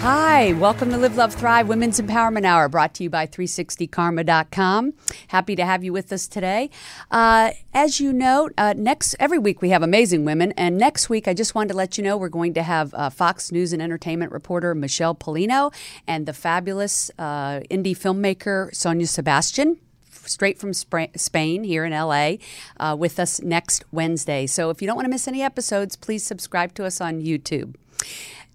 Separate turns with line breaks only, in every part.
Hi, welcome to Live, Love, Thrive Women's Empowerment Hour, brought to you by 360karma.com. Happy to have you with us today. Uh, as you know, uh, next every week we have amazing women, and next week I just wanted to let you know we're going to have uh, Fox News and Entertainment reporter Michelle Polino and the fabulous uh, indie filmmaker Sonia Sebastian straight from Spra- Spain here in LA uh, with us next Wednesday. So if you don't want to miss any episodes, please subscribe to us on YouTube.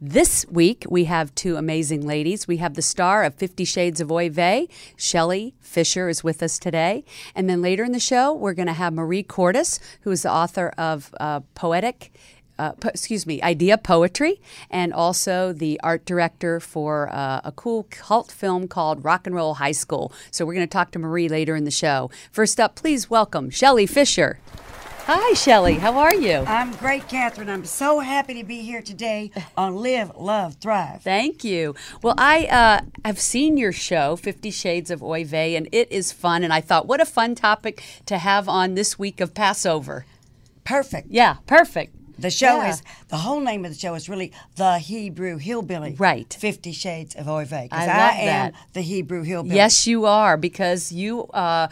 This week, we have two amazing ladies. We have the star of Fifty Shades of Oy Vey, Shelley Fisher, is with us today. And then later in the show, we're going to have Marie Cortis, who is the author of uh, Poetic uh, po- excuse me, Idea Poetry, and also the art director for uh, a cool cult film called Rock and Roll High School. So we're going to talk to Marie later in the show. First up, please welcome Shelley Fisher. Hi, Shelley. How are you?
I'm great, Catherine. I'm so happy to be here today on Live, Love, Thrive.
Thank you. Well, I uh, have seen your show, Fifty Shades of Oy Vey, and it is fun. And I thought, what a fun topic to have on this week of Passover.
Perfect.
Yeah, perfect.
The show
Yeah.
is the whole name of the show is really the Hebrew Hillbilly.
Right.
Fifty Shades of Oy Vey.
I
Because I,
love
am
that.
the Hebrew Hillbilly.
Yes, you are, because you uh,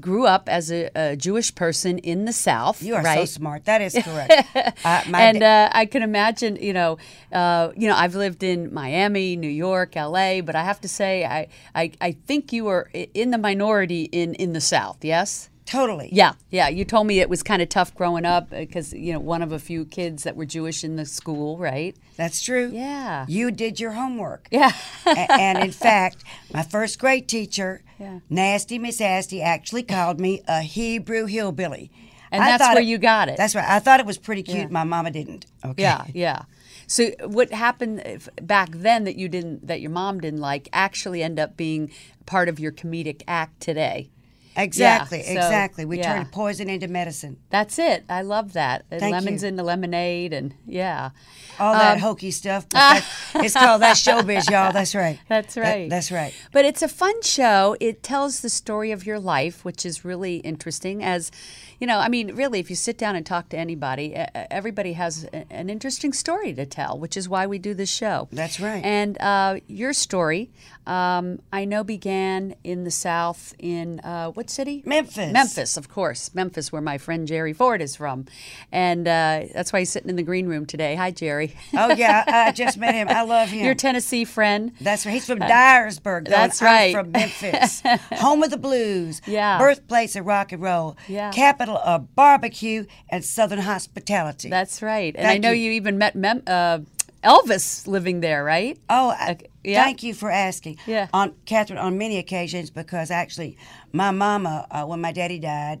grew up as a, a Jewish person in the South.
You are so
right?
smart. That is correct. uh, my
and
da-
uh, I can imagine, you know, uh, you know, I've lived in Miami, New York, L.A., but I have to say, I, I, I think you were i- in the minority in in the South. Yes.
totally.
Yeah, yeah. You told me it was kind of tough growing up because you know one of a few kids that were Jewish in the school, right?
That's true.
Yeah.
You did your homework.
Yeah.
A- and in fact, my first grade teacher, Nasty Miss Asty, actually called me a Hebrew hillbilly.
And that's
thought
where you got it.
That's right. I thought it was pretty cute. My mama didn't. Okay.
Yeah, yeah. So what happened if- back then that you didn't, that your mom didn't like, actually end up being part of your comedic act today.
Exactly.
so,
exactly. We
yeah.
turned poison into medicine.
That's it. I love that. And
Thank
Lemons
you.
into lemonade, and yeah.
All that
Um,
hokey stuff. but that- it's called that showbiz, y'all. That's right.
That's
That-
right.
that's right.
But it's a fun show. It tells the story of your life, which is really interesting. As you know, I mean, really, if you sit down and talk to anybody, e- e- everybody has a- an interesting story to tell, which is why we do this show.
That's right.
And uh, your story, um, I know, began in the South in uh, what city?
Memphis.
Memphis, of course. Memphis, where my friend Jerry Ford is from, and uh, that's why he's sitting in the green room today. Hi, Jerry.
Oh yeah, I, I just met him. I love him.
Your Tennessee friend.
That's right. He's from Dyersburg. Though,
Uh, that's
and I'm
right.
from Memphis, home of the blues.
Yeah.
Birthplace of rock and roll.
Yeah.
Capital of barbecue and Southern hospitality.
That's right. And I
Thank
know you,
you.
even met Mem- uh, Elvis living there, right?
Oh, I,
Okay, yeah.
thank you for asking.
Yeah.
On Catherine, on many occasions, because actually, my mama, uh, when my daddy died,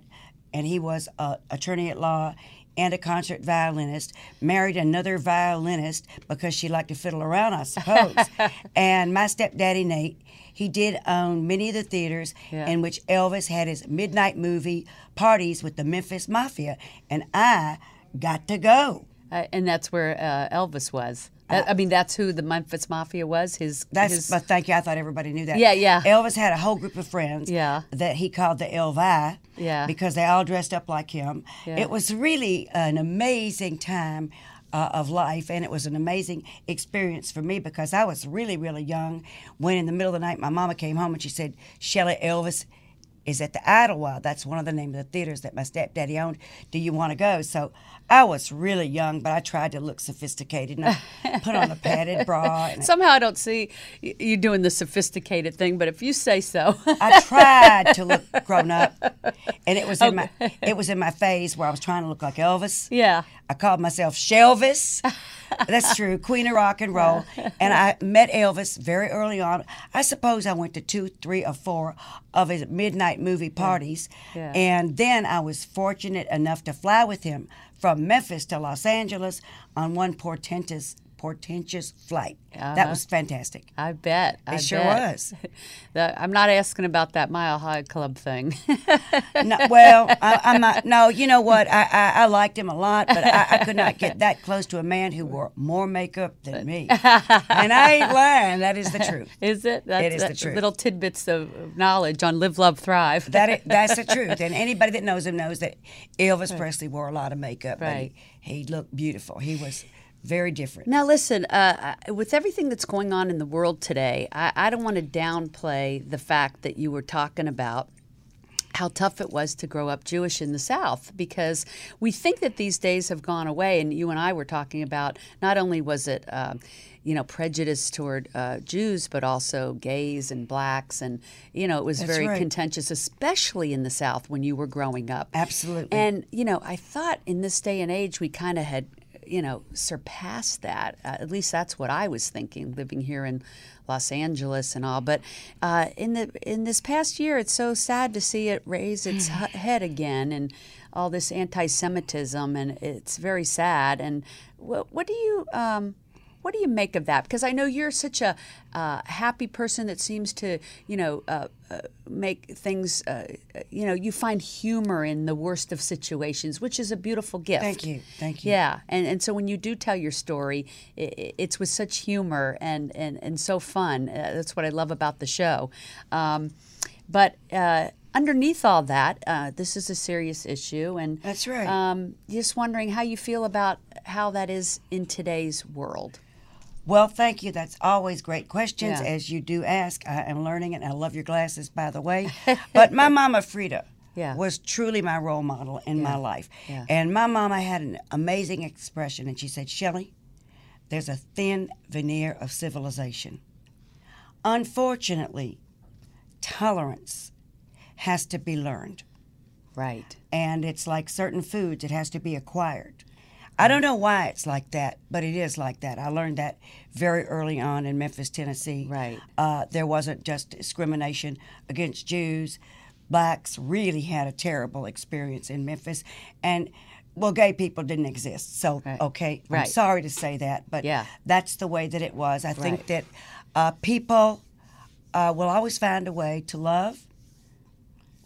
and he was a attorney at law and a concert violinist, married another violinist because she liked to fiddle around, I suppose. and my stepdaddy Nate, he did own many of the theaters
Yeah.
in which Elvis had his midnight movie parties with the Memphis Mafia, and I got to go.
Uh, and that's where uh, Elvis was. That, I mean, that's who the Memphis Mafia was. His,
That's
his
but thank you. I thought everybody knew that.
Yeah, yeah.
Elvis had a whole group of friends.
Yeah.
That he called the Elvi.
Yeah.
Because they all dressed up like him. It was really an amazing time. Uh, of life, and it was an amazing experience for me because I was really, really young. When in the middle of the night, my mama came home and she said, "Shelley Elvis is at the Idlewild. That's one of the name of the theaters that my stepdaddy owned. Do you want to go?" So I was really young, but I tried to look sophisticated and I put on a padded bra. And
somehow I don't see y- you doing the sophisticated thing, but if you say so,
I tried to look grown up, and it was in my it was in my phase where I was trying to look like Elvis.
yeah.
I called myself Shelvis. That's true, Queen of Rock and Roll. And I met Elvis very early on. I suppose I went to two, three, or four of his midnight movie parties.
Yeah.
And then I was fortunate enough to fly with him from Memphis to Los Angeles on one portentous portentous flight. That
Uh-huh.
was fantastic.
I bet. I
It sure
bet.
was.
That- I'm not asking about that Mile High Club thing.
no, well, I, I'm not. No, you know what? I, I, I liked him a lot, but I, I could not get that close to a man who wore more makeup than me. And I ain't lying. That is the truth.
is it? That's,
is the
that's
truth.
Little tidbits of of knowledge on Live, Love, Thrive.
That i- that's the truth. And anybody that knows him knows that Elvis Presley wore a lot of makeup,
Right.
but he, he looked beautiful. He was very different.
Now, listen, uh, I- with everything that's going on in the world today, I, I don't want to downplay the fact that you were talking about how tough it was to grow up Jewish in the South because we think that these days have gone away. And you and I were talking about not only was it, um, you know, prejudice toward uh, Jews, but also gays and blacks. And, you know, it was very
right.
contentious, especially in the South when you were growing up.
Absolutely.
And, you know, I thought in this day and age we kind of had, you know, surpassed that. Uh, at least that's what I was thinking, living here in Los Angeles and all. But uh, in the in this past year, it's so sad to see it raise its he- head again, and all this anti-Semitism, and it's very sad. And what, what do you? Um, what do you make of that? Because I know you're such a uh, happy person that seems to, you know, uh, uh, make things, uh, you know, you find humor in the worst of situations, which is a beautiful gift.
Thank you. Thank you.
Yeah, and and so when you do tell your story, i i- it's with such humor and and and so fun. Uh, that's what I love about the show. Um, but uh, underneath all that, uh, this is a serious issue, and
That's right.
Um, just wondering how you feel about how that is in today's world.
Well, thank you. That's always great questions,
Yeah.
as you do ask. I am learning it. I love your glasses, by the way. but my mama, Frida,
Yeah.
was truly my role model in my life.
Yeah.
And my mama had an amazing expression, and she said, Shelley, there's a thin veneer of civilization. Unfortunately, tolerance has to be learned
Right.
and it's like certain foods it has to be acquired
Mm.
i don't know why it's like that but it is like that i learned that very early on in memphis tennessee
Right.
uh, there wasn't just discrimination against jews blacks really had a terrible experience in memphis and well gay people didn't exist so
Right.
okay i'm
Right.
sorry to say that but
Yeah.
that's the way that it was i
Right.
think that uh, people uh, will always find a way to love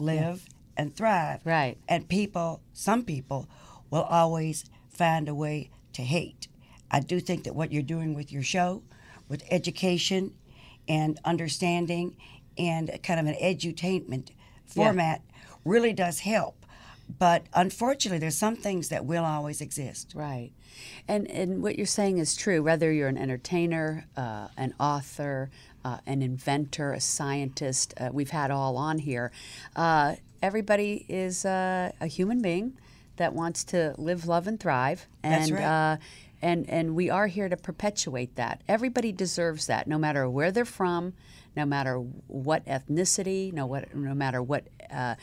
live and thrive
Right.
and people, some people, will always find a way to hate. I do think that what you're doing with your show, with education and understanding and kind of an edutainment format, really does help. But unfortunately, there's some things that will always exist.
Right. And and what you're saying is true. Whether you're an entertainer, uh, an author, uh, an inventor, a scientist, uh, we've had all on here. Uh, everybody is uh, a human being that wants to live, love, and thrive. And,
That's right.
Uh, and, and we are here to perpetuate that. Everybody deserves that, no matter where they're from, no matter what ethnicity, no, what, no matter what uh,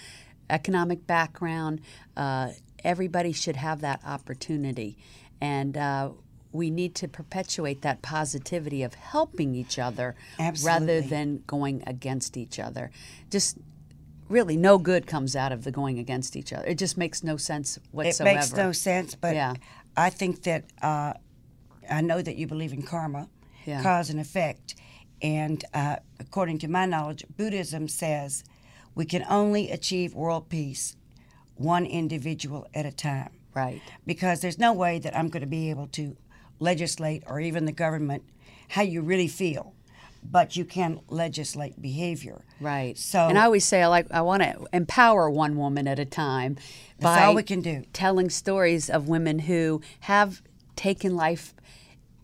economic background. Uh, everybody should have that opportunity. And uh, we need to perpetuate that positivity of helping each other rather
Absolutely.
than going against each other. Just really, no good comes out of the going against each other. It just makes no sense
It
whatsoever.
makes no sense, but
Yeah.
I think that uh, I know that you believe in karma,
Yeah.
cause and effect. And uh, according to my knowledge, Buddhism says we can only achieve world peace one individual at a time.
Right.
Because there's no way that I'm going to be able to legislate or even the government how you really feel, but you can legislate behavior.
Right.
So
and I always say I like I want to empower one woman at a time by
all we can do.
telling stories of women who have taken life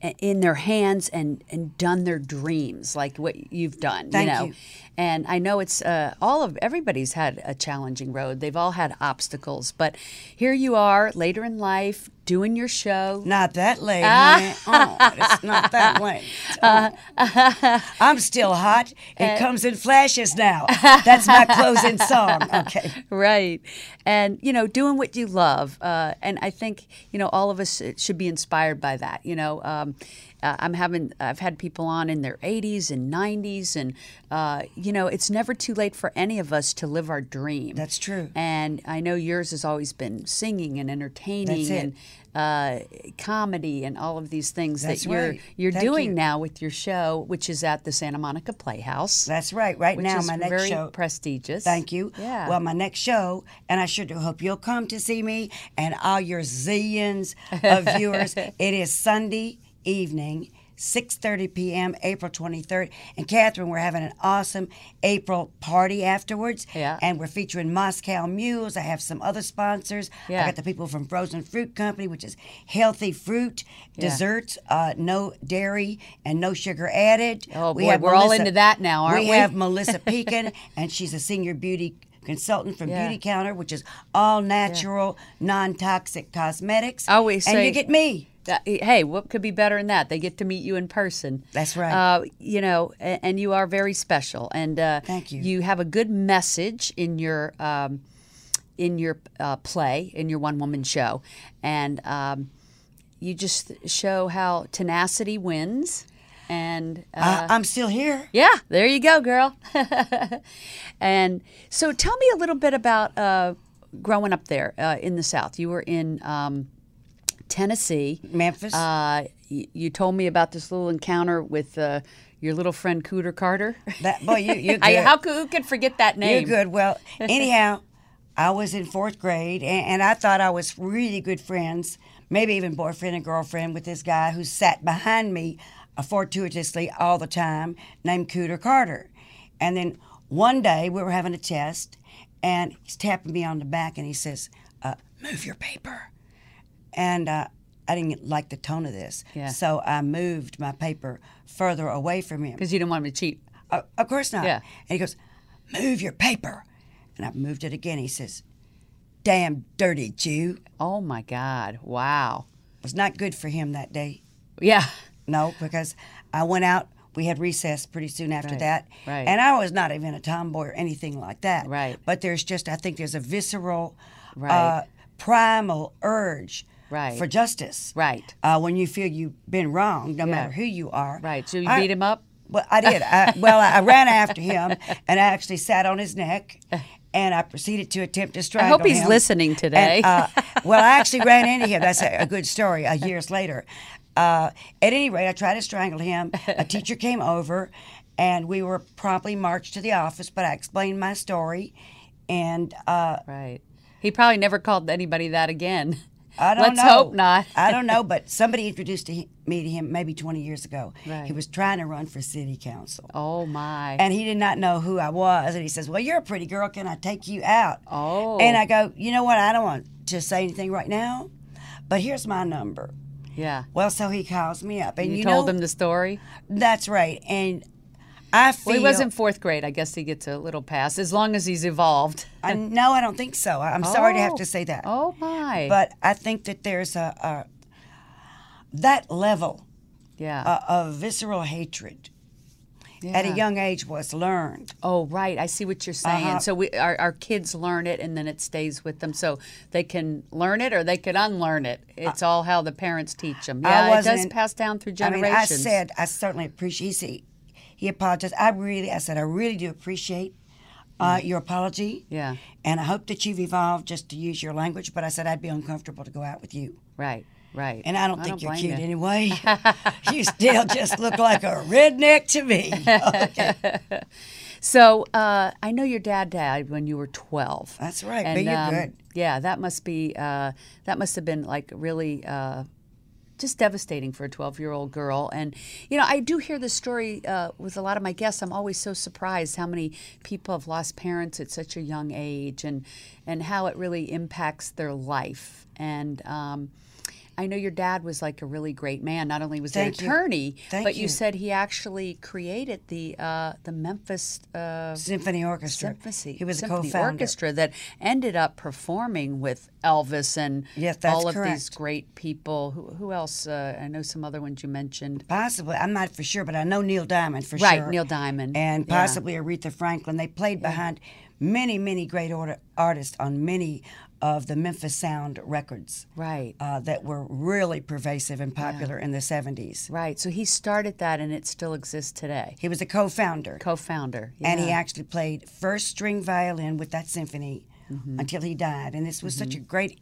i- in their hands and and done their dreams like what you've done.
Thank
you know.
you.
And I know it's uh, all of everybody's had a challenging road. They've all had obstacles, but here you are later in life doing your show.
Not that late,
Ah.
honey. Oh, it's not that late.
Uh,
Oh. I'm still hot. It comes in flashes now. That's my closing song. Okay.
right and you know doing what uh, you love uh, and i think you know all of us should be inspired by that you know um, Uh, I'm having I've had people on in their 80s and 90s, and uh, you know it's never too late for any of us to live our dream.
That's true.
And I know yours has always been singing and entertaining
That's it.
and uh, comedy and all of these things
That's
that you're
right.
you're
Thank
doing
you.
now with your show, which is at the Santa Monica Playhouse.
That's right. Right
which
now,
is
my next
very
show.
prestigious.
Thank you.
Yeah.
Well, my next show, and I sure do hope you'll come to see me and all your zillions of viewers. it is Sunday evening. 6:30 p.m. April 23rd, and Catherine, we're having an awesome April party afterwards.
Yeah.
and we're featuring Moscow Mules. I have some other sponsors.
Yeah.
I got the people from Frozen Fruit Company, which is healthy fruit desserts, uh, no dairy and no sugar added.
Oh, boy, we're all into that now, aren't we?
We have Melissa Pekin, and she's a senior beauty consultant from
Yeah.
Beauty Counter, which is all natural, non toxic cosmetics.
I always
and
say-
you get me.
Uh, hey, what could be better than that? They get to meet you in person.
That's right.
Uh, you know, and, and you are very special. And uh,
Thank you.
You have a good message in your um, in your uh, play, in your one woman show, and um, you just show how tenacity wins. And uh,
I, I'm still here.
yeah, there you go, girl. and so, tell me a little bit about uh, growing up there uh, in the South. You were in um, Tennessee.
Memphis.
Uh, y- you told me about this little encounter with uh, your little friend Cooter Carter.
that boy, you you're
I,
good.
how could, who could forget that
You're
name?
good. Well, anyhow, I was in fourth grade, and, and I thought I was really good friends, maybe even boyfriend and girlfriend, with this guy who sat behind me uh, fortuitously all the time, named Cooter Carter. And then one day we were having a test, and he's tapping me on the back, and he says, uh, "Move your paper." and uh, I didn't like the tone of this,
Yeah.
so I moved my paper further away from him.
Because you didn't want him to cheat.
Uh, of course not.
Yeah.
And he goes, Move your paper. And I moved it again. He says, Damn dirty Jew.
Oh my God! Wow.
It was not good for him that day.
Yeah.
No, because I went out. We had recess pretty soon after
Right,
that.
right.
And I was not even a tomboy or anything like that.
Right.
But there's just, I think there's a visceral,
Right.
uh, primal urge
Right.
for justice.
Right.
Uh, when you feel you've been wrong, no matter who you are.
Right. So you
I-
beat him up.
Well, I did. I, well, I ran after him, and I actually sat on his neck, and I proceeded to attempt to strangle him.
he's listening
And,
today.
uh, well, I actually ran into him. That's a, a good story. Uh, years later, uh, at any rate, I tried to strangle him. A teacher came over, and we were promptly marched to the office. But I explained my story, and uh,
Right. He probably never called anybody that again.
I don't
Let's
know.
hope not.
I don't know, but somebody introduced to he- me to him maybe 20 years ago.
Right.
He was trying to run for city council.
Oh my.
and he did not know who I was. And he says, "Well, you're a pretty girl. Can I take you out?"
Oh.
And I go, "You know what? I don't want to say anything right now, but here's my number."
yeah.
Well, so he calls me up, and
You,
you,
told
know,
him the story.
that's right. And I feel
Well, he was in fourth grade. I guess he gets a little pass as long as he's evolved.
I, no, I don't think so. I'm sorry to have
Oh.
to say that,
Oh my.
but I think that there's a, a that level
yeah.
uh, of visceral hatred at a
Yeah.
young age was learned.
Oh, right. I see what you're saying.
Uh-huh.
So we our, our kids learn it and then it stays with them. So they can learn it or they can unlearn it. It's all how the parents teach them.
Uh, I
Yeah, it does
wasn't-
pass down through
I mean,
generations.
I said I certainly appreciate. He, said- he apologized. I really, I said I really do appreciate uh, your apology.
Mm. Yeah.
And I hope that you've evolved just to use your language. But I said I'd be uncomfortable to go out with you,
Right, right.
and I don't think you're
blame
cute
you.
anyway. you still just look like a redneck to me. Oh, Okay.
So uh, I know your dad died when you were 12.
That's right, but you're good.
Yeah, that must be uh, that must have been like really uh, just devastating for a 12 year old girl. And you know, I do hear this story uh, with a lot of my guests. I'm always so surprised how many people have lost parents at such a young age, and and how it really impacts their life. And um, I know your dad was like a really great man. Not only was he an
Thank you.
attorney,
Thank
but you.
you.
said he actually created the uh, the Memphis. Uh,
Symphony Orchestra.
Symphony,
He was
Symphony
a co-founder.
orchestra that ended up performing with Elvis and
Yes, that's
all of these
correct.
great people. Who, who else? Uh, I know some other ones you mentioned.
Possibly, I'm not for sure, but I know Neil Diamond for
Right,
sure.
Neil Diamond.
and
Yeah.
possibly Aretha Franklin. They played behind many, many great order, artists on many of the Memphis Sound records
Right.
uh, that were really pervasive and popular in the 70s.
Right. So he started that and it still exists today.
He was a co founder,
Co founder.
and he actually played first string violin with that symphony
Mm-hmm.
until he died. And this was such a great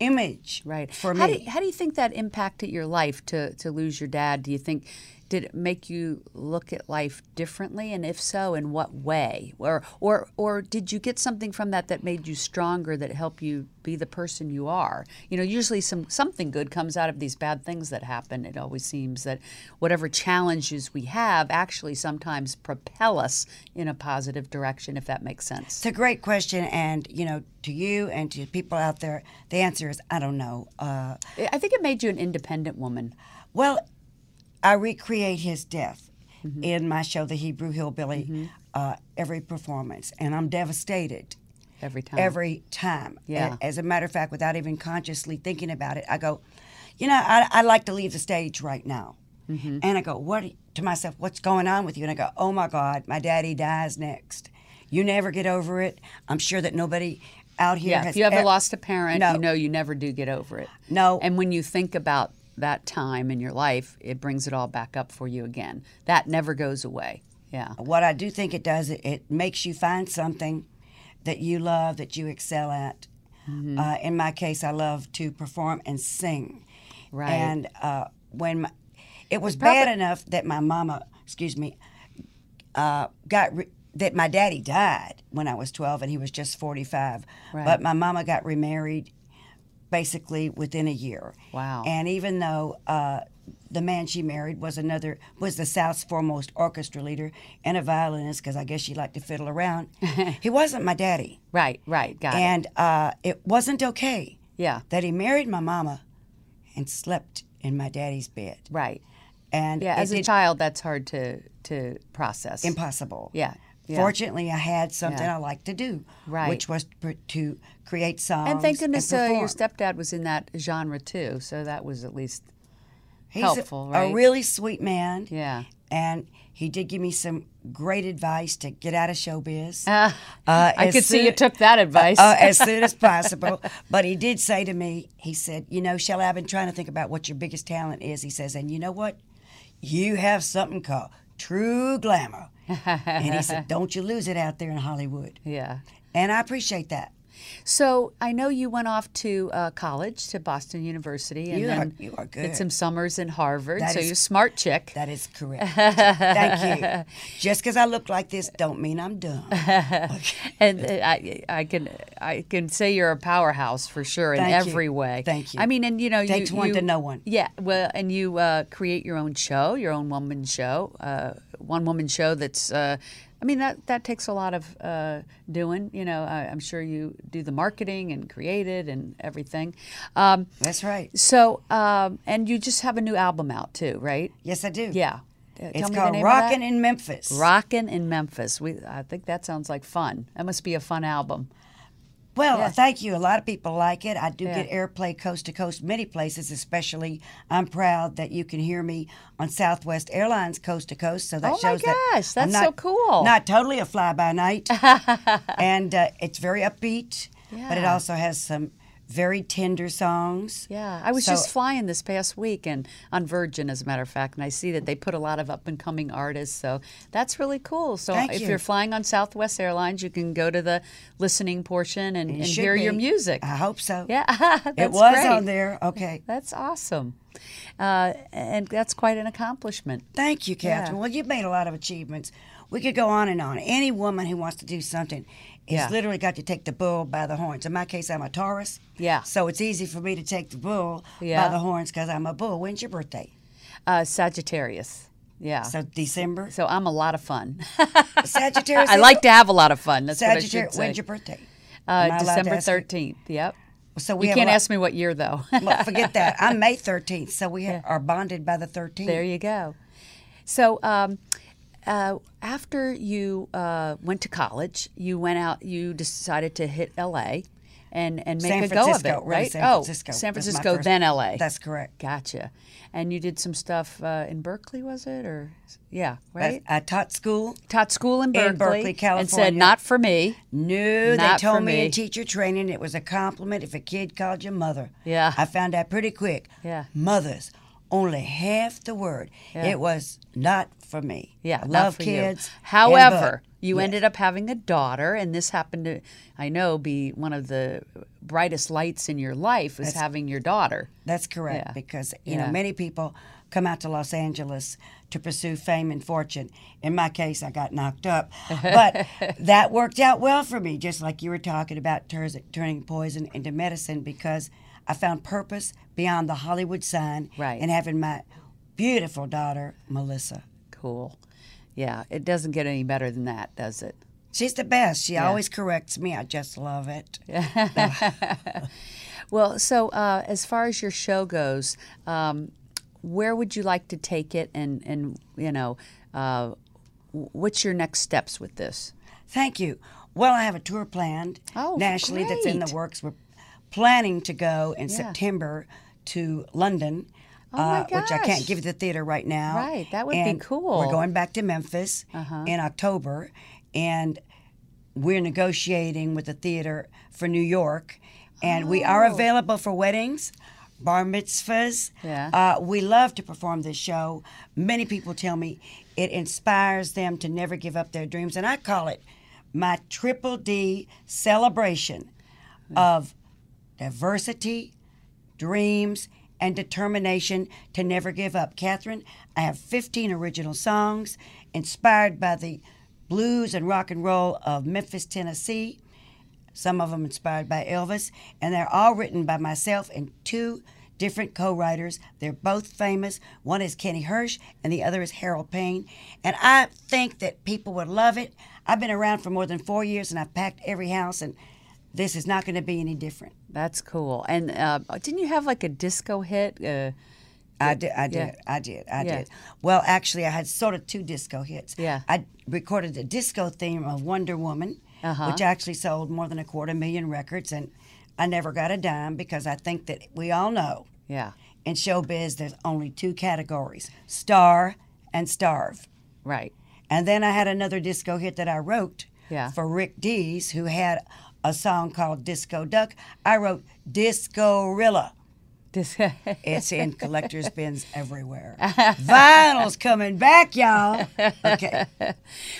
image
Right.
for
how
me.
Do, how do you think that impacted your life to, to lose your dad? Do you think did it make you look at life differently, and if so, in what way? Or or or did you get something from that that made you stronger, that helped you be the person you are? You know, usually some something good comes out of these bad things that happen. It always seems that whatever challenges we have actually sometimes propel us in a positive direction, if that makes sense.
It's a great question, and you know, to you and to people out there, the answer is I don't know. Uh,
I think it made you an independent woman.
well, I recreate his death
Mm-hmm.
in my show, The Hebrew Hillbilly, uh, every performance, and I'm devastated
Every time.
every time.
Uh-huh. Yeah.
A- As a matter of fact, without even consciously thinking about it, I go, you know, I, I'd like to leave the stage right now.
Mm-hmm.
And I go, what to myself, what's going on with you? And I go, oh my God, my daddy dies next. You never get over it. I'm sure that nobody out here
Yeah,
has
if you ever
e-
lost a parent,
No.
you know you never do get over it.
No.
And when you think about that time in your life, it brings it all back up for you again. That never goes away. Yeah.
What I do think it does, it, it makes you find something that you love, that you excel at.
Mm-hmm.
Uh, in my case, I love to perform and sing.
Right.
And uh, when my, it was bad enough that my mama, excuse me, uh, got re- that my daddy died when I was 12 and he was just 45.
Right.
But my mama got remarried basically within a year.
Wow.
And even though uh, the man she married was another was the South's foremost orchestra leader and a violinist, because I guess she liked to fiddle around, he wasn't my daddy,
Right, right. Got it.
and uh, it wasn't okay
Yeah.
that he married my mama and slept in my daddy's bed.
Right.
And
Yeah,
it
as a
did-
child that's hard to to process.
impossible.
Yeah, yeah.
Fortunately, I had something
Yeah.
I liked to do,
Right.
which was to, pr- to create songs
and thank goodness uh,
perform.
your stepdad was in that genre too, so that was at least
He's
helpful,
a,
right?
a really sweet man.
Yeah.
and he did give me some great advice to get out of showbiz. Uh,
Ah, I
as
could see you
soon-
took that advice.
uh, as soon as possible. But he did say to me, he said, You know, Shelley, I've been trying to think about what your biggest talent is. He says, And you know what? You have something called true glamour. and he said, Don't you lose it out there in Hollywood.
yeah.
And I appreciate that.
So I know you went off to uh, college to Boston University, and
You are-
then
you are
did
good.
some summers in Harvard.
That
so
is-
you're a smart chick.
That is correct. Thank you. Just because I look like this don't mean I'm dumb.
and uh, I, I can I can say you're a powerhouse for sure in
Thank you.
every way.
Thank you.
I mean, and you know,
Takes
you,
one
you-
to know one.
Yeah, well, and you uh, create your own show, your own one woman show, uh, one woman show. That's uh, I mean that that takes a lot of uh, doing. You know, I, I'm sure you do the marketing and create it and everything. Um,
That's right.
So, um, and you just have a new album out too, right?
Yes, I do.
Yeah. Uh, tell
It's
me the
called
name of that.
Rockin' in Memphis.
Rockin' in Memphis. We, I think that sounds like fun. That must be a fun album.
Well, thank you. A lot of people like it. I do
Yeah.
get airplay coast to coast many places, especially I'm proud that you can hear me on Southwest Airlines coast to coast. So that
Oh my
shows that
gosh,
I'm
that's
not-
so cool.
Not totally a fly by night. and uh, it's very upbeat, but it
Yeah.
also has some very tender songs.
Yeah, I was
So-
just flying this past week and on Virgin, as a matter of fact, and I see that they put a lot of up and coming artists. So that's really cool. So
Thank
if
you.
are flying on Southwest Airlines, you can go to the listening portion and, and
It should
hear your
be.
music.
I hope so.
yeah,
It
that's
was
great.
on there. Okay.
That's awesome, uh, and that's quite an accomplishment.
Thank you, Catherine.
Yeah.
Well, you've made a lot of achievements. We could go on and on. Any woman who wants to do something has
Yeah.
literally got to take the bull by the horns. In my case, I'm a Taurus.
Yeah.
So it's easy for me to take the bull
Yeah.
by the horns because I'm a bull. When's your birthday?
Uh, Sagittarius. Yeah.
So December.
Uh, So I'm a lot of fun.
Sagittarius.
I
is-
like to have a lot of fun. That's
Sagittarius.
what I should say.
When's your birthday? Am I
uh,
allowed to
December
ask you?
13th. Yep.
So we
You
have a
can't
lot-
ask me what year though.
Well, forget that. I'm May 13th, so we ha- are bonded by the 13th.
there you go. So um, uh, after you uh, went to college, you went out. You decided to hit LA, and and make
San
a
Francisco,
go of it,
really,
right?
San Francisco
Oh, San
was my
Francisco,
first-
then L.A.
That's correct.
Gotcha. And you did some stuff uh, in Berkeley, was it? Or yeah,
I,
right.
I taught school.
Taught school in Berkeley,
in Berkeley,
and said
California.
not for me.
No,
Not
they told
for
me,
me.
in teacher training it was a compliment if a kid called you mother.
Yeah.
I found out pretty quick.
Yeah.
Mothers, only half the word. It was not for me.
Yeah,
I
not
love
for you.
kids. and
However,
but-
you
Yes.
ended up having a daughter, and this happened to, I know, be one of the brightest lights in your life was having your daughter.
That's correct
Yeah.
because you
Yeah.
know many people come out to Los Angeles to pursue fame and fortune. In my case, I got knocked up, but that worked out well for me. Just like you were talking about turs- turning poison into medicine, because I found purpose beyond the Hollywood sign
Right.
and having my beautiful daughter Melissa.
Cool. Yeah, it doesn't get any better than that, does it?
She's the best. She always corrects me. I just love it.
Well, so uh, as far as your show goes, um, where would you like to take it, and and you know, uh, w- what's your next steps with this?
Thank you. Well, I have a tour planned
Oh,
nationally that's in the
great.
works. We're planning to go in
Yeah. Oh
September to London,
my
uh, which I
gosh.
can't give you the theater right now.
Right, that would be
And
cool. Uh-huh.
We're going back to Memphis in October, and we're negotiating with the theater for New York, and we are available for weddings. Bar mitzvahs.
Yeah.
Uh, we love to perform this show. Many people tell me it inspires them to never give up their dreams, and I call it my triple D celebration of diversity, dreams, and determination to never give up. Catherine, I have 15 original songs inspired by the blues and rock and roll of Memphis, Tennessee. Some of them inspired by Elvis, and they're all written by myself and two different co writers. They're both famous. One is Kenny Hirsch, and the other is Harold Payne. And I think that people would love it. I've been around for more than four years, and I've packed every house, and this is not going to be any different.
That's cool. And uh, didn't you have like a disco hit? Uh,
I did, I did,
Yeah.
I did, I
Yeah.
did. Well, actually, I had sort of two disco hits.
Yeah.
I recorded the disco theme of Wonder Woman,
Uh-huh.
which actually sold more than a quarter million records, and I never got a dime because I think that we all know
yeah,
in showbiz there's only two categories: star and starve.
right.
And then I had another disco hit that I wrote
Yeah.
for Rick Dees, who had a song called Disco Duck. I wrote Disco Rilla.
This,
It's in collector's bins everywhere. Vinyl's coming back, y'all. Okay.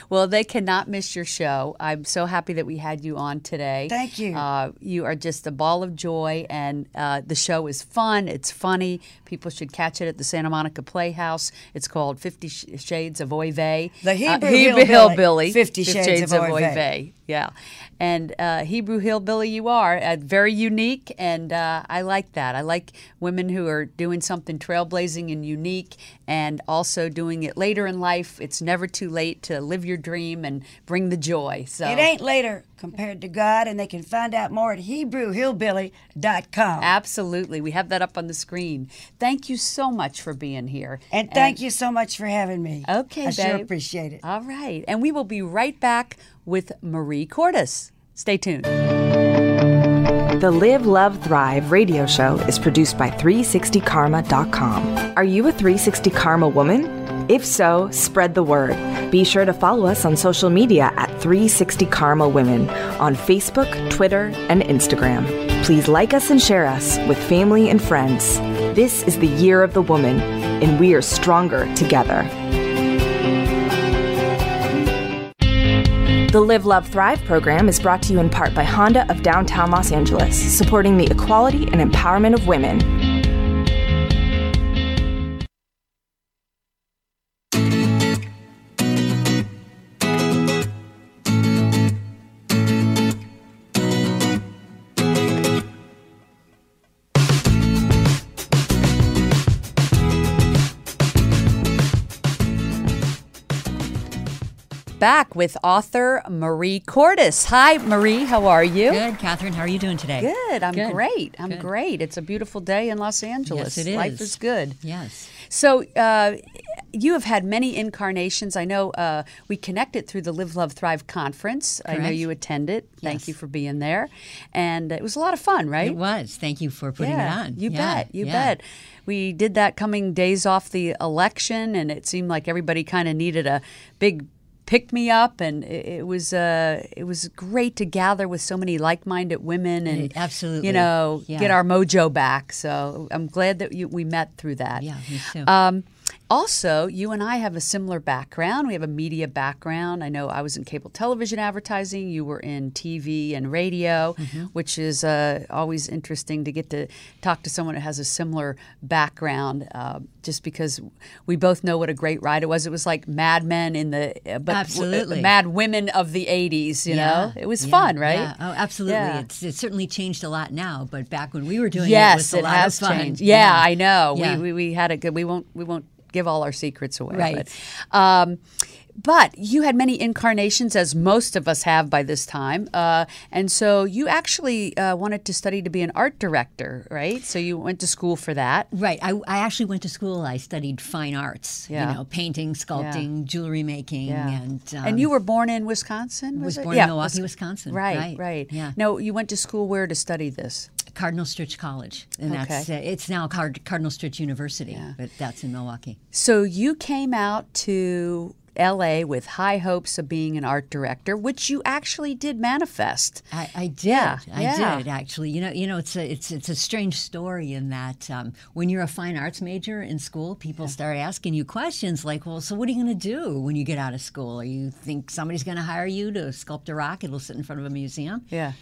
Well, they cannot miss your show. I'm so happy that we had you on today.
Thank you.
Uh, you are just a ball of joy, and uh, the show is fun. It's funny. People should catch it at the Santa Monica Playhouse. It's called Fifty Sh- Shades of Oy Vey. Uh,
The Hebrew
Hebrew
Hillbilly.
Hillbilly.
Fifty Shades of Oy Vey.
Vey. Yeah. And uh, Hebrew Hillbilly, you are uh, very unique, and uh, I like that. I like women who are doing something trailblazing and unique, and also doing it later in life. It's never too late to live your dream and bring the joy. So
It ain't later compared to God, and they can find out more at HebrewHillbilly.com.
Absolutely. We have that up on the screen. Thank you so much for being here.
And thank you so much for having me.
Okay,
I sure
babe.
appreciate it.
All right. And we will be right back with Marie Cordes. Stay tuned.
The Live, Love, Thrive radio show is produced by 360karma.com. Are you a 360 Karma woman? If so, spread the word. Be sure to follow us on social media at 360 Karma Women on Facebook, Twitter, and Instagram. Please like us and share us with family and friends. This is the year of the woman, and we are stronger together. The Live, Love, Thrive program is brought to you in part by Honda of downtown Los Angeles, supporting the equality and empowerment of women.
Back with author Marie Cordes. Hi, Marie. How are you?
Good, Catherine. How are you doing today?
Good. I'm
Good.
great. I'm
Good.
great. It's a beautiful day in Los Angeles.
Yes, it is.
Life is good.
Yes.
So, uh, you have had many incarnations. I know uh, we connected through the Live, Love, Thrive conference. I know
Correct.
you attended. Thank
Yes.
you for being there. And it was a lot of fun, right?
It was. Thank you for putting
yeah,
it on.
You
Yeah,
bet. You
yeah.
bet. We did that coming days off the election, and it seemed like everybody kind of needed a big pick me up, and it, it was uh, it was great to gather with so many like minded women and
Yeah, absolutely.
you know
Yeah.
get our mojo back. So I'm glad that you, we met through that.
Yeah, me too.
Um, also, you and I have a similar background. We have a media background. I know I was in cable television advertising. You were in TV and radio,
Mm-hmm.
which is uh, always interesting to get to talk to someone who has a similar background. Uh, just because we both know what a great ride it was. It was like Mad Men in the uh, but w- uh,
Absolutely.
Mad Women of the '80s. You know,
Yeah,
it was
yeah,
fun, right?
yeah. Oh, absolutely.
Yeah.
It's it's certainly changed a lot now, but back when we were doing it, it
yes,
was a
it
lot
has
of fun.
changed. Yeah, I know.
Yeah.
We, we we had it good. We won't we won't give all our secrets away.
Right.
But, um, but you had many incarnations, as most of us have by this time, uh, and so you actually uh, wanted to study to be an art director, right? So you went to school for that.
Right. I, I actually went to school. I studied fine arts.
Yeah.
You know, painting, sculpting, jewelry making, and um,
and you were born in Wisconsin.
was
it?
born in Milwaukee, Wisconsin.
Right, right.
Right, yeah.
No, you went to school where to study this?
Cardinal Stritch College, and that's uh, it's now Card- Cardinal Stritch University, but that's in Milwaukee.
So you came out to LA with high hopes of being an art director, which you actually did manifest.
I, I did.
Yeah,
I
yeah.
did actually. You know, you know, it's a it's it's a strange story in that um, when you're a fine arts major in school, people start asking you questions like, "Well, so what are you going to do when you get out of school? Are you think somebody's going to hire you to sculpt a rock? It'll sit in front of a museum."
Yeah.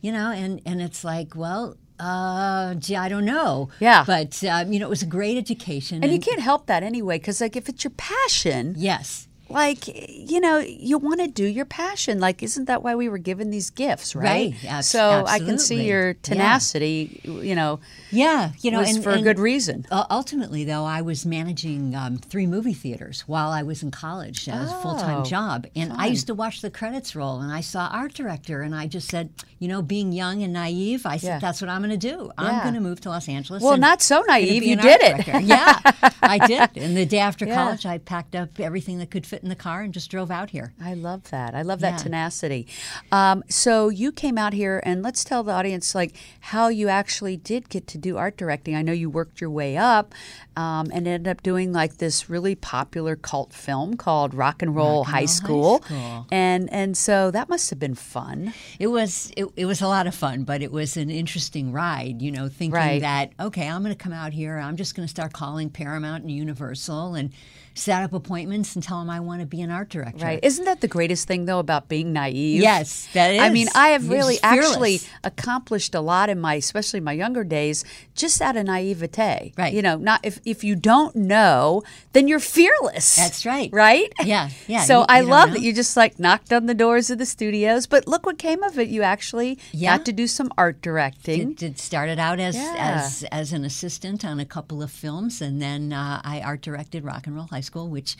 you know and and it's like well uh gee i don't know
Yeah.
but um, you know it was a great education
And you can't help that anyway, because like if it's your passion,
yes
like you know, you want to do your passion. Like, isn't that why we were given these gifts, right?
Right. Abs-
so I can see
absolutely.
your
Yeah.
tenacity. You know,
yeah you know
was
and,
for a
and
good reason.
u- ultimately though i was managing um, three movie theaters while i was in college as a
Oh,
full-time job and i used to watch the credits roll and i saw art director and i just said you know being young and naive i said
Yeah.
that's what i'm going to do
Yeah.
i'm going to move to los angeles
Well,
and
not so
gonna
naive.
be
You
an art
did it.
director." yeah i did and the day after
Yeah.
college i packed up everything that could fit in the car and just drove out here
I love that. I love that
Yeah.
tenacity. Um, so you came out here, and let's tell the audience like how you actually did get to do art directing. I know you worked your way up, um, and ended up doing like this really popular cult film called Rock and Roll, High, School.
School.
and and so that must have been fun.
It was it, it was a lot of fun, but it was an interesting ride. You know, thinking
Right.
that okay, I'm going to come out here. I'm just going to start calling Paramount and Universal and set up appointments and tell them I want to be an art director.
Right? Isn't that the greatest thing though about being naive?
Yes, that
I mean,
is.
I have
You're
really
just fearless.
actually accomplished a lot in my, especially my younger days, just out of naivete.
Right.
You know, not if if you don't know, then you're fearless.
That's right.
Right.
Yeah, yeah,
So
you- you
I
don't
love
know.
that you just like knocked on the doors of the studios, but look what came of it. You actually
Yeah.
got to do some art directing.
Did, did started out as,
Yeah.
as as an assistant on a couple of films, and then uh, I art directed Rock and Roll High School, which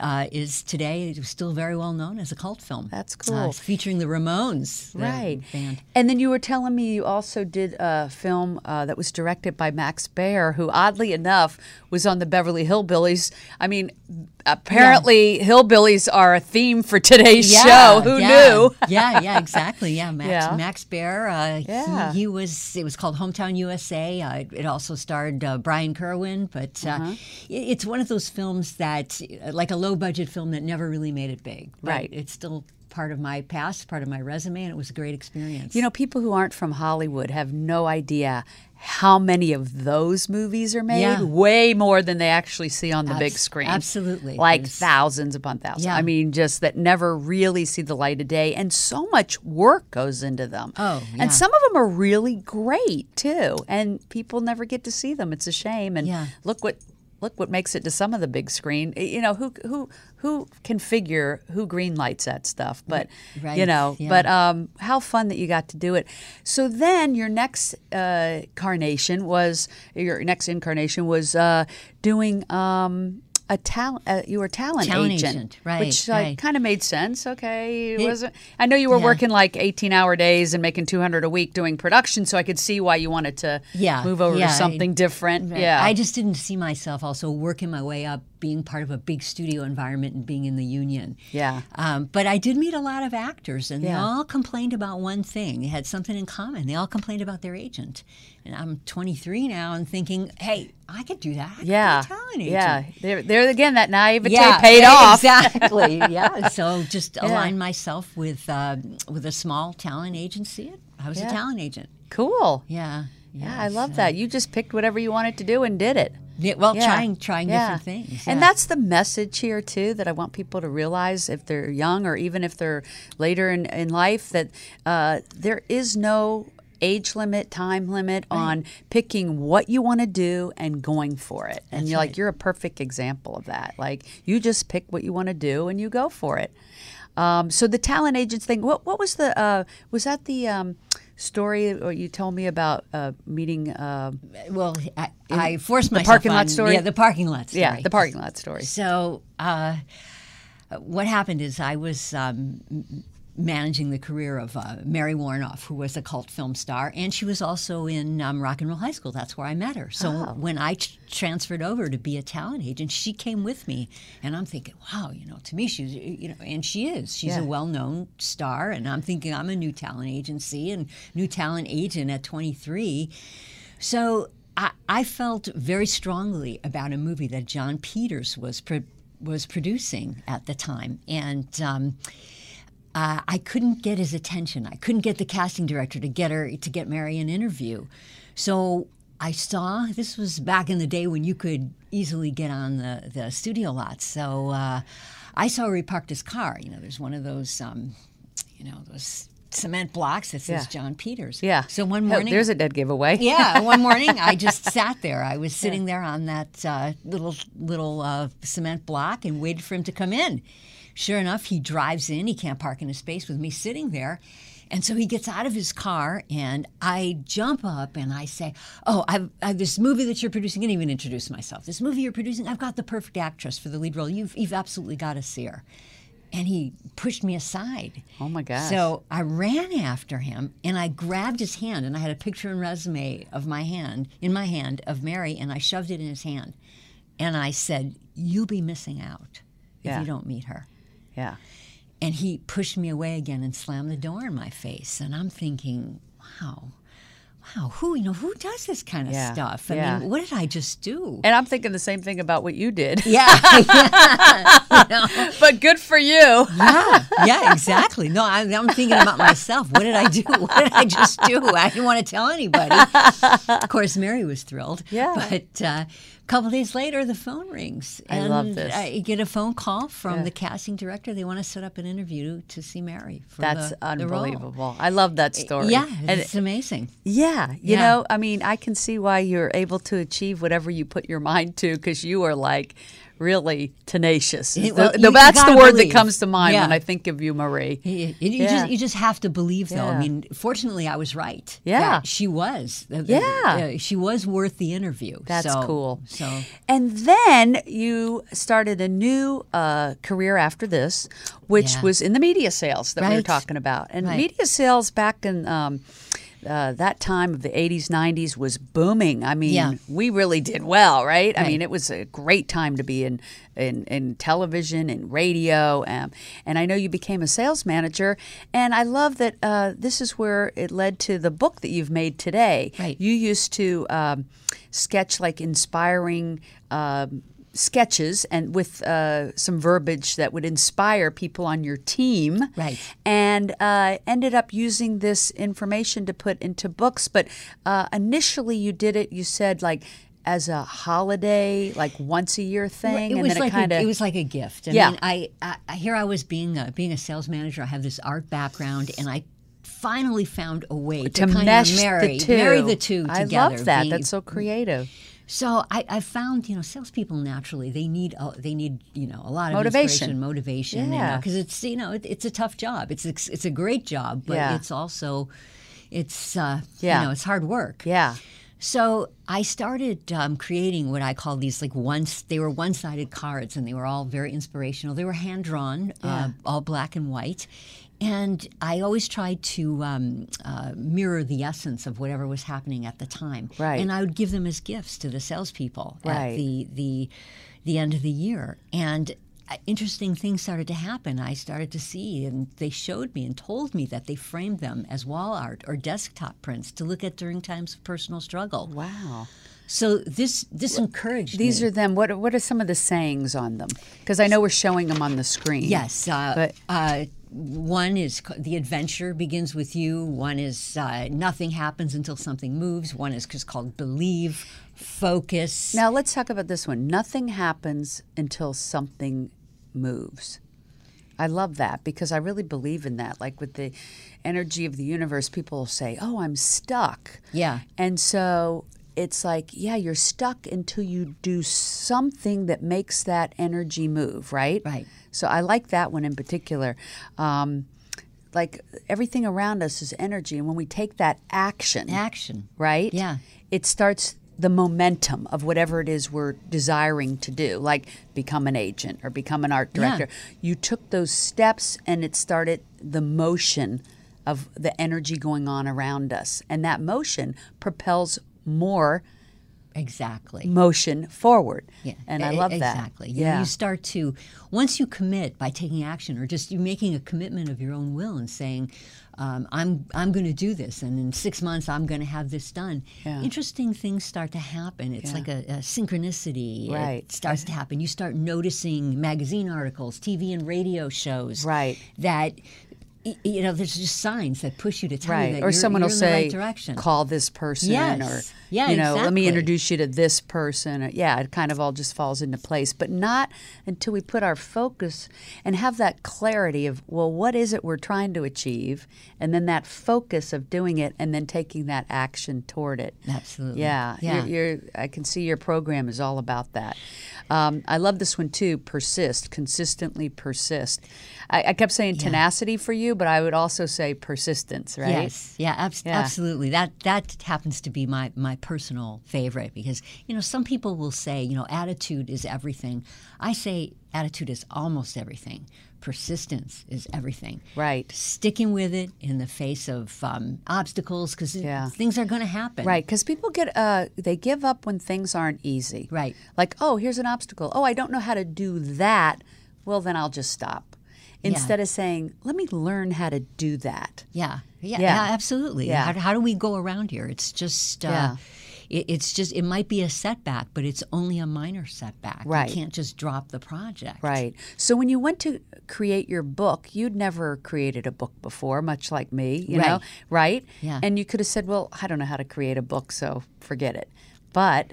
uh, is today still very well known as a cult film.
That's
Uh,
cool.
featuring the Ramones, the
Right.
band.
And then you were telling me you also did a film uh, that was directed by Max Baer, who oddly enough was on the Beverly Hillbillies. I mean, apparently hillbillies are a theme for today's show. Who
yeah,
knew?
yeah, yeah, exactly. Yeah, Max,
Yeah.
Max Bear. Uh, he-
Yeah.
he, was. It was called Hometown USA. Uh, it, it also starred uh, Brian Kerwin, but uh,
Uh-huh.
it, it's one of those films that, uh, like a low budget film that never really made it big. But
Right.
It's still part of my past, part of my resume, and it was a great experience.
You know, people who aren't from Hollywood have no idea how many of those movies are made.
Yeah.
Way more than they actually see on the big
Abs-
screen.
absolutely.
Like
There's-
thousands upon thousands.
Yeah.
I mean, just that never really see the light of day. And so much work goes into them.
Oh, yeah.
And some of them are really great, too. And people never get to see them. It's a shame. And
Yeah.
look what. Look what makes it to some of the big screen. You know who who who can figure who green lights that stuff, but you
Right,
know.
yeah.
But um, how fun that you got to do it. So then your next uh, carnation was your next incarnation was uh, doing um, a talent. Uh, you were a talent,
Talent agent, right,
Which
right.
kind of made sense. Okay, it
It-
wasn't. I know you were
yeah.
working like eighteen-hour days and making two hundred a week doing production, so I could see why you wanted to
Yeah,
move over
yeah, I-
to something different.
Right.
Yeah,
I just didn't see myself also working my way up being part of a big studio environment and being in the union.
Yeah.
Um, but I did meet a lot of actors, and they
Yeah.
all complained about one thing. They had something in common. They all complained about their agent. And I'm 23 now and thinking, hey, I could do that. I could be a
Yeah.
talent agent.
Yeah. There, there again, that naivete
Yeah,
paid off.
Exactly. yeah. So just align myself with uh, with a small talent agency. I was
Yeah.
a talent agent.
Cool.
Yeah.
Yeah, I love that. You just picked whatever you wanted to do and did it.
Yeah, well,
Yeah.
trying trying
Yeah.
different things.
And
yeah.
that's the message here too that I want people to realize if they're young or even if they're later in, in life that uh, there is no age limit, time limit on picking what you want to do and going for it. and you're like you're a perfect example of that. Like you just pick what you want to do and you go for it. Um, so the talent agents thing. What what was the uh, was that the um, story or you told me about uh, meeting? Uh,
well, I, I forced myself
parking lot
on-
story?
Yeah, the parking lot story.
yeah, the parking lot story.
So, uh, what happened is I was um, m- managing the career of uh, Mary Warnoff, who was a cult film star, and she was also in um, Rock and Roll High School. That's where I met her. So
Oh.
when I tr- transferred over to be a talent agent, she came with me, and I'm thinking, wow, you know, to me she's you know, and she is. She's
Yeah.
a well-known star, and I'm thinking I'm a new talent agency and new talent agent at 23. So I, I felt very strongly about a movie that John Peters was pro- was producing at the time, and. Um, uh, I couldn't get his attention. I couldn't get the casting director to get her to get Mary an interview. So I saw this was back in the day when you could easily get on the, the studio lots. So uh, I saw where he parked his car. You know, there's one of those, um, you know, those cement blocks that says
Yeah.
John Peters.
Yeah.
So one
Oh,
morning,
there's a dead giveaway.
yeah, one morning I just sat there. I was sitting there on that uh, little little uh, cement block and waited for him to come in. Sure enough, he drives in. He can't park in a space with me sitting there. And so he gets out of his car, and I jump up and I say, "Oh, I've, I've this movie that you're producing." I didn't even introduce myself. This movie you're producing, I've got the perfect actress for the lead role. You've you've absolutely got to see her. And he pushed me aside.
Oh my gosh.
So I ran after him and I grabbed his hand and I had a picture and resume of my hand in my hand of Mary and I shoved it in his hand and I said, "You'll be missing out if
Yeah.
you don't meet her."
Yeah.
And he pushed me away again and slammed the door in my face and I'm thinking, "Wow. Wow, who, you know, who does this kind of
Yeah.
stuff? I
Yeah.
mean, what did I just do?"
And I'm thinking the same thing about what you did.
yeah.
but good for you.
yeah, yeah, exactly. No, I, I'm thinking about myself. What did I do? What did I just do? I didn't want to tell anybody. Of course, Mary was thrilled.
Yeah.
But uh, a couple days later, the phone rings.
I
and
love this.
I get a phone call from the casting director. They want to set up an interview to see Mary. For
That's
the- the role.
unbelievable. I love that story.
Yeah,
And
it's amazing.
yeah, you
Yeah.
know, I mean, I can see why you're able to achieve whatever you put your mind to because you are like really tenacious.
Yeah,
Is
Eh, well,
the-
you- you
that's the
gotta
word
believe.
that comes to mind when
Yeah.
I think of you, Marie.
You, you
Yeah.
just you just have to believe, though.
Yeah.
I mean, fortunately, I was right.
Yeah.
that she was. Uh, uh,
Yeah.
uh, she was worth the interview.
That's
So-
cool.
So
and then you started a new uh, career after this, which
Yeah.
was in the media sales that we were
Right.
talking about. And
Right.
media sales back in um, uh, that time of the 80s, 90s was booming. I mean,
Yeah.
we really did well, right? I
Right.
mean, it was a great time to be in in, in television and radio. Um, and I know you became a sales manager. And I love that uh, this is where it led to the book that you've made today.
Right.
You used to um, sketch like inspiring. Um, sketches and with uh, some verbiage that would inspire people on your team
Right.
and uh, ended up using this information to put into books. But uh, initially, you did it. You said like as a holiday, like once a year thing,
It
and
was
then
like
it kind
a,
of
it was like a gift. I
Yeah.
mean, I, I I- here I was being a, being a sales manager. I have this art background, and I finally found a way to,
to
kind
mesh
of
the
marry
two.
marry the two together.
I love that.
being- Mm.
That's so creative.
so I, I found you know salespeople naturally they need a, they need you know a lot of
Motivation.
inspiration, motivation,
Yeah.
because it's you know it, it's a tough job. It's it's, it's a great job, but
Yeah.
it's also it's uh,
Yeah.
you know it's hard work.
Yeah.
So I started um, creating what I call these like once they were one sided cards and they were all very inspirational. They were hand drawn, uh, all black and white. And I always tried to um, uh, mirror the essence of whatever was happening at the time.
Right.
And I would give them as gifts to the salespeople
Right.
at the the the end of the year. And uh, interesting things started to happen. I started to see, and they showed me and told me that they framed them as wall art or desktop prints to look at during times of personal struggle.
Wow.
So this this encouraged
These
me.
are them. What what are some of the sayings on them? Because I know we're showing them on the screen.
yes. Uh,
but-
uh, one is c- the adventure begins with you. One is uh, nothing happens until something moves. One is just called believe, focus.
Now let's talk about this one. Nothing happens until something moves. I love that because I really believe in that. Like with the energy of the universe, people will say, "Oh, I'm stuck."
Yeah.
And so it's like, yeah, you're stuck until you do something that makes that energy move, right?
Right.
So I like that one in particular. Um, like everything around us is energy, and when we take that action,
Action.
right?
Yeah.
It starts the momentum of whatever it is we're desiring to do, like become an agent or become an art
Yeah.
director. You took those steps and it started the motion of the energy going on around us. And that motion propels more
Exactly.
motion forward.
Yeah.
And I
E-
love that.
Exactly. You know,
Yeah.
You start to, once you commit by taking action or just you making a commitment of your own will and saying, um, I'm, I'm going to do this and in six months I'm going to have this done.
Yeah.
Interesting things start to happen. It's like a, a synchronicity.
Right.
It starts to happen. You start noticing magazine articles, TV and radio shows.
Right.
That, y- you know, there's just signs that push you to tell you
Right,
that
or
you're-
someone
you're
will
in
say,
the right direction.
"Call this person," or
Yes. Yeah,
you know, let me
exactly.
introduce you to this person. Or, yeah, it kind of all just falls into place, but not until we put our focus and have that clarity of, well, what is it we're trying to achieve, and then that focus of doing it, and then taking that action toward it.
Absolutely.
Yeah,
Yeah.
You're, you're, I can see your program is all about that. Um, I love this one too. Persist, consistently persist. I, I kept saying tenacity for you, but I would also say persistence, right?
Yes, yeah, abs-
Yeah.
absolutely. That that happens to be my my personal favorite because you know some people will say you know attitude is everything. I say attitude is almost everything. Persistence is everything.
Right.
Sticking with it in the face of um, obstacles because
Yeah.
things are going to happen.
Right, because people get uh, they give up when things aren't easy.
Right.
Like, oh, here's an obstacle. Oh, I don't know how to do that. Well, then I'll just stop. Instead of saying, let me learn how to do that.
Yeah.
Yeah.
Yeah. Yeah. absolutely.
Yeah.
How, how do we go around here? It's just. Uh,
Yeah.
It, it's just it might be a setback, but it's only a minor setback.
Right.
You can't just drop the project.
Right. So when you went to create your book, you'd never created a book before, much like me, you know,
Right.
right?
Yeah.
And you could have said, well, I don't know how to create a book, so forget it. But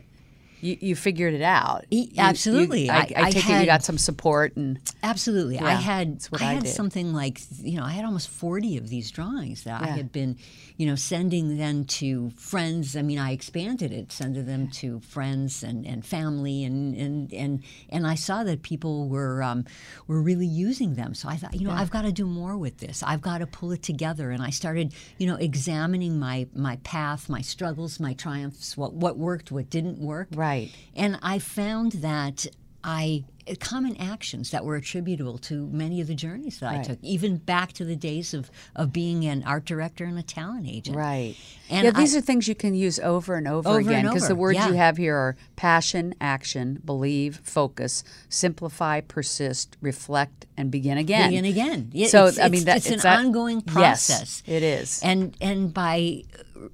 you, you figured it out.
E-
You- you-
absolutely.
I,
I-
I,
I
take it you
had-
got some support and
Absolutely. I
Yeah,
had
that's what
I
I
had
did.
something like you know I had almost forty of these drawings that I
Yeah.
had been you know sending then to friends. I mean I expanded it, sending them to friends and, and family and, and and and I saw that people were um, were really using them. So I thought you know I've got to do more with this. I've got to pull it together. And I started you know examining my my path, my struggles, my triumphs, what what worked, what didn't work.
Right.
And I found that I common actions that were attributable to many of the journeys that I took, even back to the days of, of being an art director and a talent agent.
Right.
And
yeah,
I-
these are things you can use over and over,
Over and
again because the
over,
words you
yeah.
have here are passion, action, believe, focus, simplify, persist, reflect, and begin again.
Begin again. Yeah,
so
it's-
I mean,
it's-
that,
it's an
that-
ongoing
Yes,
process.
it is.
And and by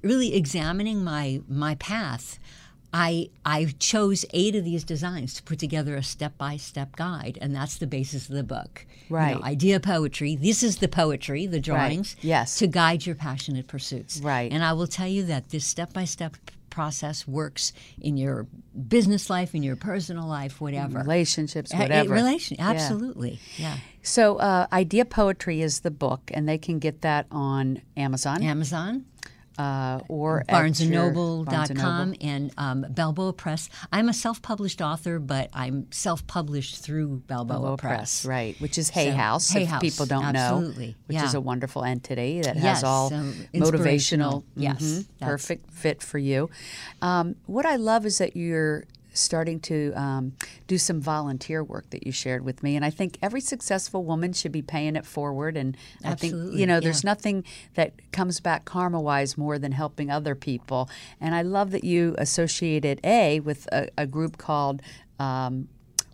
really examining my my path, I I chose eight of these designs to put together a step by step guide, and that's the basis of the book. You know,
Right.
idea poetry. This is the poetry, the drawings.
Yes.
To guide your passionate pursuits.
Right.
And I will tell you that this step by step process works in your business life, in your personal life, whatever.
Relationships,
Uh, it-
whatever.
relation-
Yeah.
absolutely. yeah.
So, uh, Idea Poetry is the book, and they can get that on Amazon
Amazon,
uh, or at your- Barnes and
barnesandnoble.com,
Noble.
and um, Balboa Press. I'm a self published author, but I'm self published through Balboa,
Balboa
Press.
Press, right? Which is Hay
So,
House.
Hay
if
House,
people don't know,
absolutely,
which is
yeah.
a wonderful entity that has
Yes,
all
so
motivational,
inspirational, yes,
mhm,
that's-
perfect fit for you. Um, what I love is that you're starting to um, do some volunteer work that you shared with me, and I think every successful woman should be paying it forward. And I think
Absolutely,
you know, there's
yeah.
nothing that comes back karma wise more than helping other people. And I love that you associated A with a, a group called um,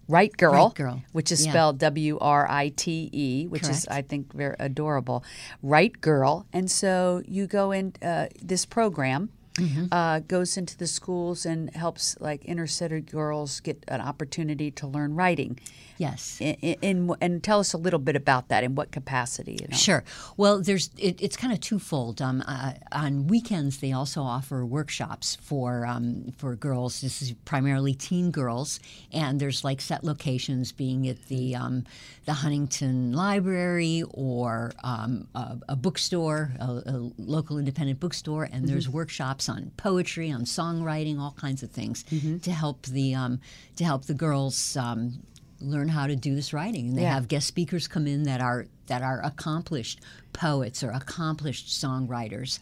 Right Girl,
Right Girl.
which is
Yeah.
spelled W R I T E, which is, I think, very adorable. Right Girl. And so you go in, uh, this program
Mm-hmm.
uh, goes into the schools and helps like inner city girls get an opportunity to learn writing.
Yes.
In, in, and tell us a little bit about that, in what capacity. You know?
Sure. Well, there's it, it's kind of twofold. Um, uh, on weekends, they also offer workshops for um, for girls. This is primarily teen girls, and there's like set locations, being at
Mm-hmm.
the um, the Huntington Library or um, a, a bookstore, a, a local independent bookstore, and there's
Mm-hmm.
workshops on poetry, on songwriting, all kinds of things
Mm-hmm.
to help the um, to help the girls. Um, learn how to do this writing and they have guest speakers come in that are that are accomplished poets or accomplished songwriters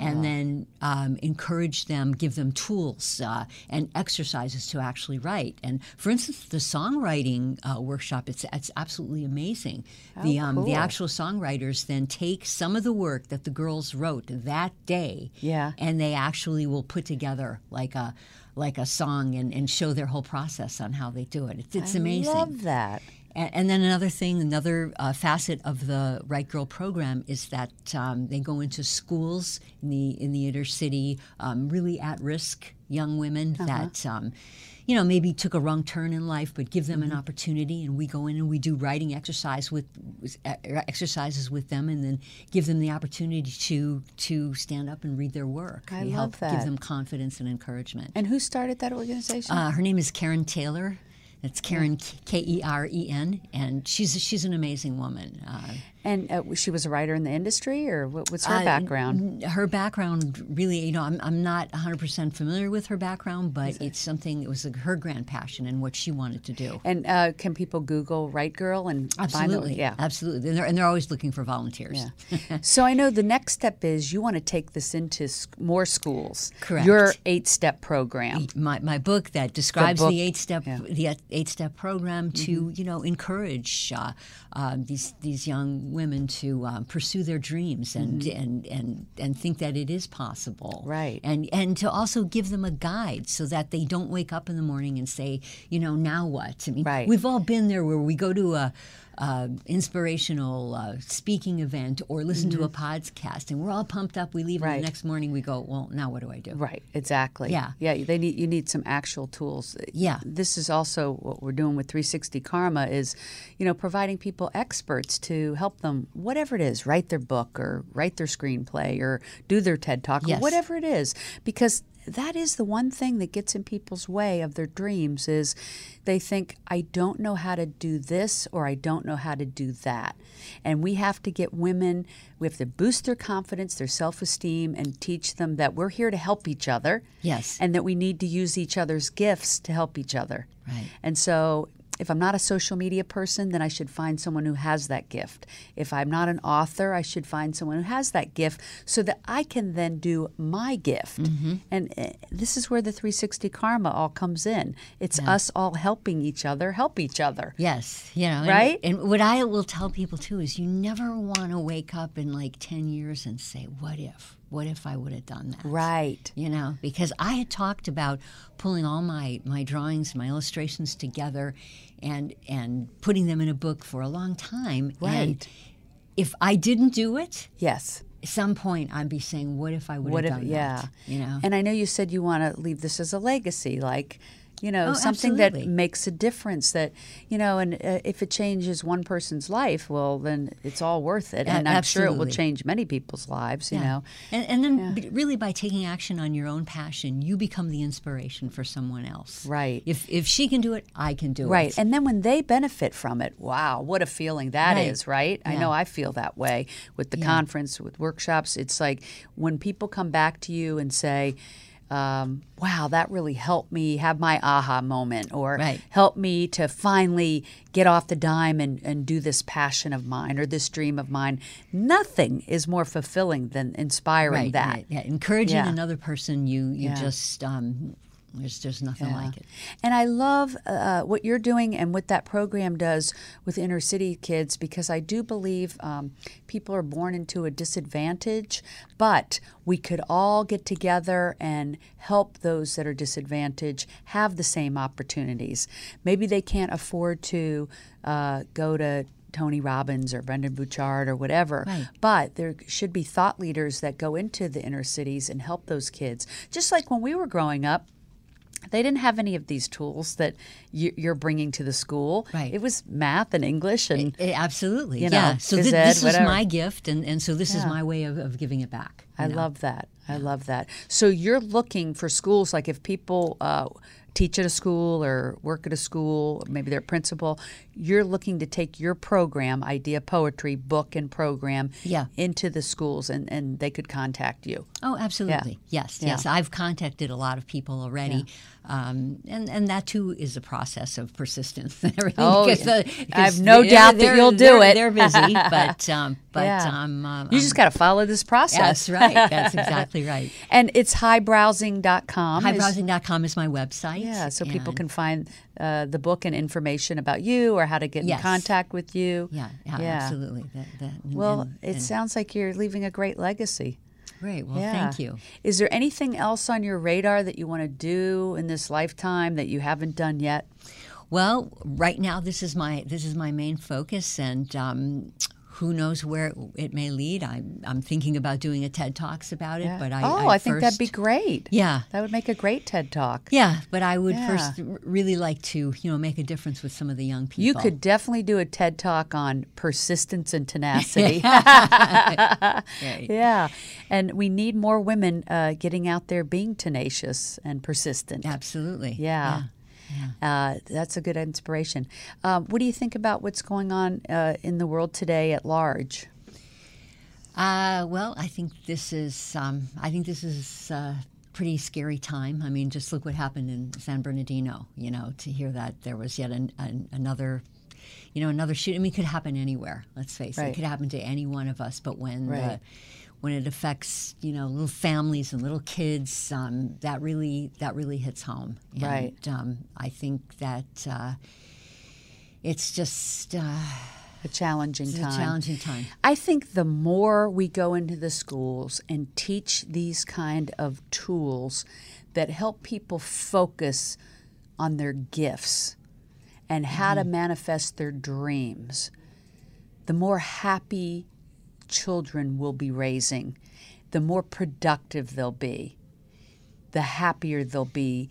and then um, encourage them give them tools uh, and exercises to actually write and for instance the songwriting uh, workshop it's, it's absolutely amazing the um, the actual songwriters then take some of the work that the girls wrote that day
Yeah.
and they actually will put together like a like a song and, and show their whole process on how they do it. It's, it's amazing.
Love that.
And, and then another thing, another uh, facet of the Right Girl program is that um, they go into schools in the in the inner city, um, really at risk young women
Uh-huh.
that. Um, you know, maybe took a wrong turn in life, but give
Mm-hmm.
them an opportunity, and we go in and we do writing exercise with with, uh, exercises with them, and then give them the opportunity to to stand up and read their work.
I
we
love
help
that.
give them confidence and encouragement.
And who started that organization?
Uh, her name is Karen Taylor.
Hmm.
That's Karen K E R E N, and she's she's an amazing woman. Uh,
and uh, she was a writer in the industry, or what, what's her background?
her background really, you know, I'm, I'm not 100% familiar with her background, but it's something, it was her grand passion and what she wanted to do.
And uh, can people Google Right Girl and
Absolutely.
Find the, yeah.
Absolutely. And they're, and they're always looking for volunteers.
so I know the next step is you want to take this into s- more schools.
Correct.
Your eight-step program.
my, my book that describes the,
book, Mm-hmm.
eight step the eight step program to you know encourage uh, uh, these these young women to um, pursue their dreams and, and and and think that it is possible
Mm-hmm. Right.
and and to also give them a guide so that they don't wake up in the morning and say you know now what I mean
Right.
we've all been there where we go to a uh, inspirational uh, speaking event or listen to a podcast and we're all pumped up we leave and
Mm-hmm. Right.
the next morning we go well now what do I do
Right. Exactly.
Yeah.
Yeah. They need you need some actual tools.
Yeah.
This is also what we're doing with 360 Karma is, you know, providing people experts to help them whatever it is, write their book or write their screenplay or do their TED talk
Yes.
or whatever it is, because that is the one thing that gets in people's way of their dreams is they think i don't know how to do this or i don't know how to do that and we have to get women we have to boost their confidence their self-esteem and teach them that we're here to help each other
Yes.
and that we need to use each other's gifts to help each other
Right.
and so if i'm not a social media person then i should find someone who has that gift if i'm not an author i should find someone who has that gift so that i can then do my gift and uh, this is where the 360 karma all comes in it's us all helping each other help each other
Yes, you know, and-
Right?
And, what I will tell people too is, you never want to wake up in like ten years and say, "What if? What if I would have done that?"
right
You know, because I had talked about pulling all my my drawings, my illustrations together, and and putting them in a book for a long time. And
Right.
if I didn't do it,
yes
at some point I'd be saying, "What if I would
What
have
if,
done
yeah.
that?" You know.
And I know you said you want to leave this as a legacy, like, you know,
Oh,
something that
absolutely.
makes a difference that, you know, and uh, if it changes one person's life, well, then it's all worth it.
A-
And I'm sure it will
absolutely.
change many people's lives, you
Yeah.
know.
And, and then, b- really, by taking action on your own passion, you become the inspiration for someone else.
Right.
If if she can do it, I can do
Right.
it.
And then when they benefit from it, wow, what a feeling that
Right.
is, right? I know I feel that way with the conference, with workshops. It's like when people come back to you and say, um, wow, that really helped me have my aha moment or
Right.
help me to finally get off the dime and, and do this passion of mine or this dream of mine. Nothing is more fulfilling than inspiring
Right,
that.
right. Yeah. Encouraging
Yeah.
another person, you you just um, There's just nothing like it.
And I love uh, what you're doing and what that program does with inner city kids because I do believe um, people are born into a disadvantage, but we could all get together and help those that are disadvantaged have the same opportunities. Maybe they can't afford to uh, go to Tony Robbins or Brendan Bouchard or whatever. But there should be thought leaders that go into the inner cities and help those kids. Just like when we were growing up, they didn't have any of these tools that you- you're bringing to the school.
Right.
It was math and English and
Eh, absolutely.
You
yeah.
know,
so
phys
thi-
ed,
this is
whatever.
my gift, and, and so this is my way of, of giving it back.
I love that. I love that. So you're looking for schools like if people uh, teach at a school or work at a school, maybe they're a principal, you're looking to take your program, idea poetry, book and program
Yeah.
into the schools and, and they could contact you.
Oh, absolutely. Yes, yes. I've contacted a lot of people already, um, and and that too is a process of persistence and everything.
Oh,
because
yeah.
the-
I have
because
no
they're-
doubt that
they're-
you'll do
they're-
it.
They're busy, but um, but
Yeah.
um, um,
You just got to follow this process.
that's right. That's exactly right.
And it's highbrowsing.com. is-
Highbrowsing.com is my website.
Yeah, so people
and-
can find uh, the book and information about you or how to get
Yes.
in contact with you.
Yeah, yeah, absolutely. That, that, and-
Well,
and-
it sounds like you're leaving a great legacy.
great. Well,
Yeah.
thank you.
Is there anything else on your radar that you want to do in this lifetime that you haven't done yet?
Well, right now this is my this is my main focus, and um, who knows where it, it may lead. I'm I'm thinking about doing a TED Talks about it, but I
oh, I, think that'd be
first-
great.
yeah.
That would make a great TED Talk.
Yeah, but I would
Yeah.
first r- really like to, you know, make a difference with some of the young people.
You could definitely do a TED Talk on persistence and tenacity.
Right.
yeah. And we need more women uh, getting out there being tenacious and persistent.
Absolutely.
Yeah. Uh, that's a good inspiration. Um, what do you think about what's going on uh, in the world today at large?
Uh, well, I think this is um, I think this is a pretty scary time. I mean, just look what happened in San Bernardino. You know, to hear that there was yet an, an, another, you know, another shoot. I mean, it could happen anywhere. Let's face it,
Right.
it could happen to any one of us. But when
Right.
the when it affects you know little families and little kids, um, that really that really hits home. And,
Right.
Um, I think that uh, it's just uh,
A challenging
it's
time.
a challenging time.
I think the more we go into the schools and teach these kind of tools that help people focus on their gifts and how
Mm-hmm.
to manifest their dreams, the more happy children we'll be raising, the more productive they'll be, the happier they'll be,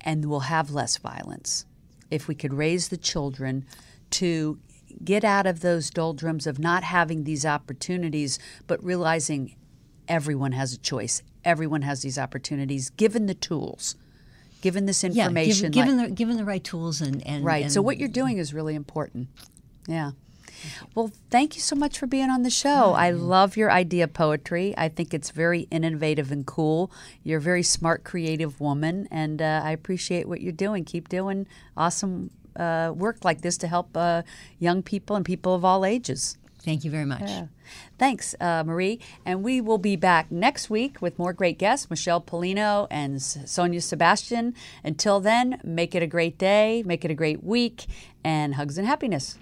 and we'll have less violence if we could raise the children to get out of those doldrums of not having these opportunities, but realizing everyone has a choice. Everyone has these opportunities, given the tools, given this
yeah,
information.
given-
like-
given, the given the right tools and, and
Right. so
and-
what you're doing is really important. Yeah. Well, thank you so much for being on the show. I love your idea poetry. I think it's very innovative and cool. You're a very smart, creative woman, and uh, I appreciate what you're doing. Keep doing awesome uh, work like this to help uh, young people and people of all ages.
thank you very much.
Thanks, uh, Marie. And we will be back next week with more great guests, Michelle Polino and S- Sonia Sebastian. Until then, make it a great day, make it a great week, and hugs and happiness.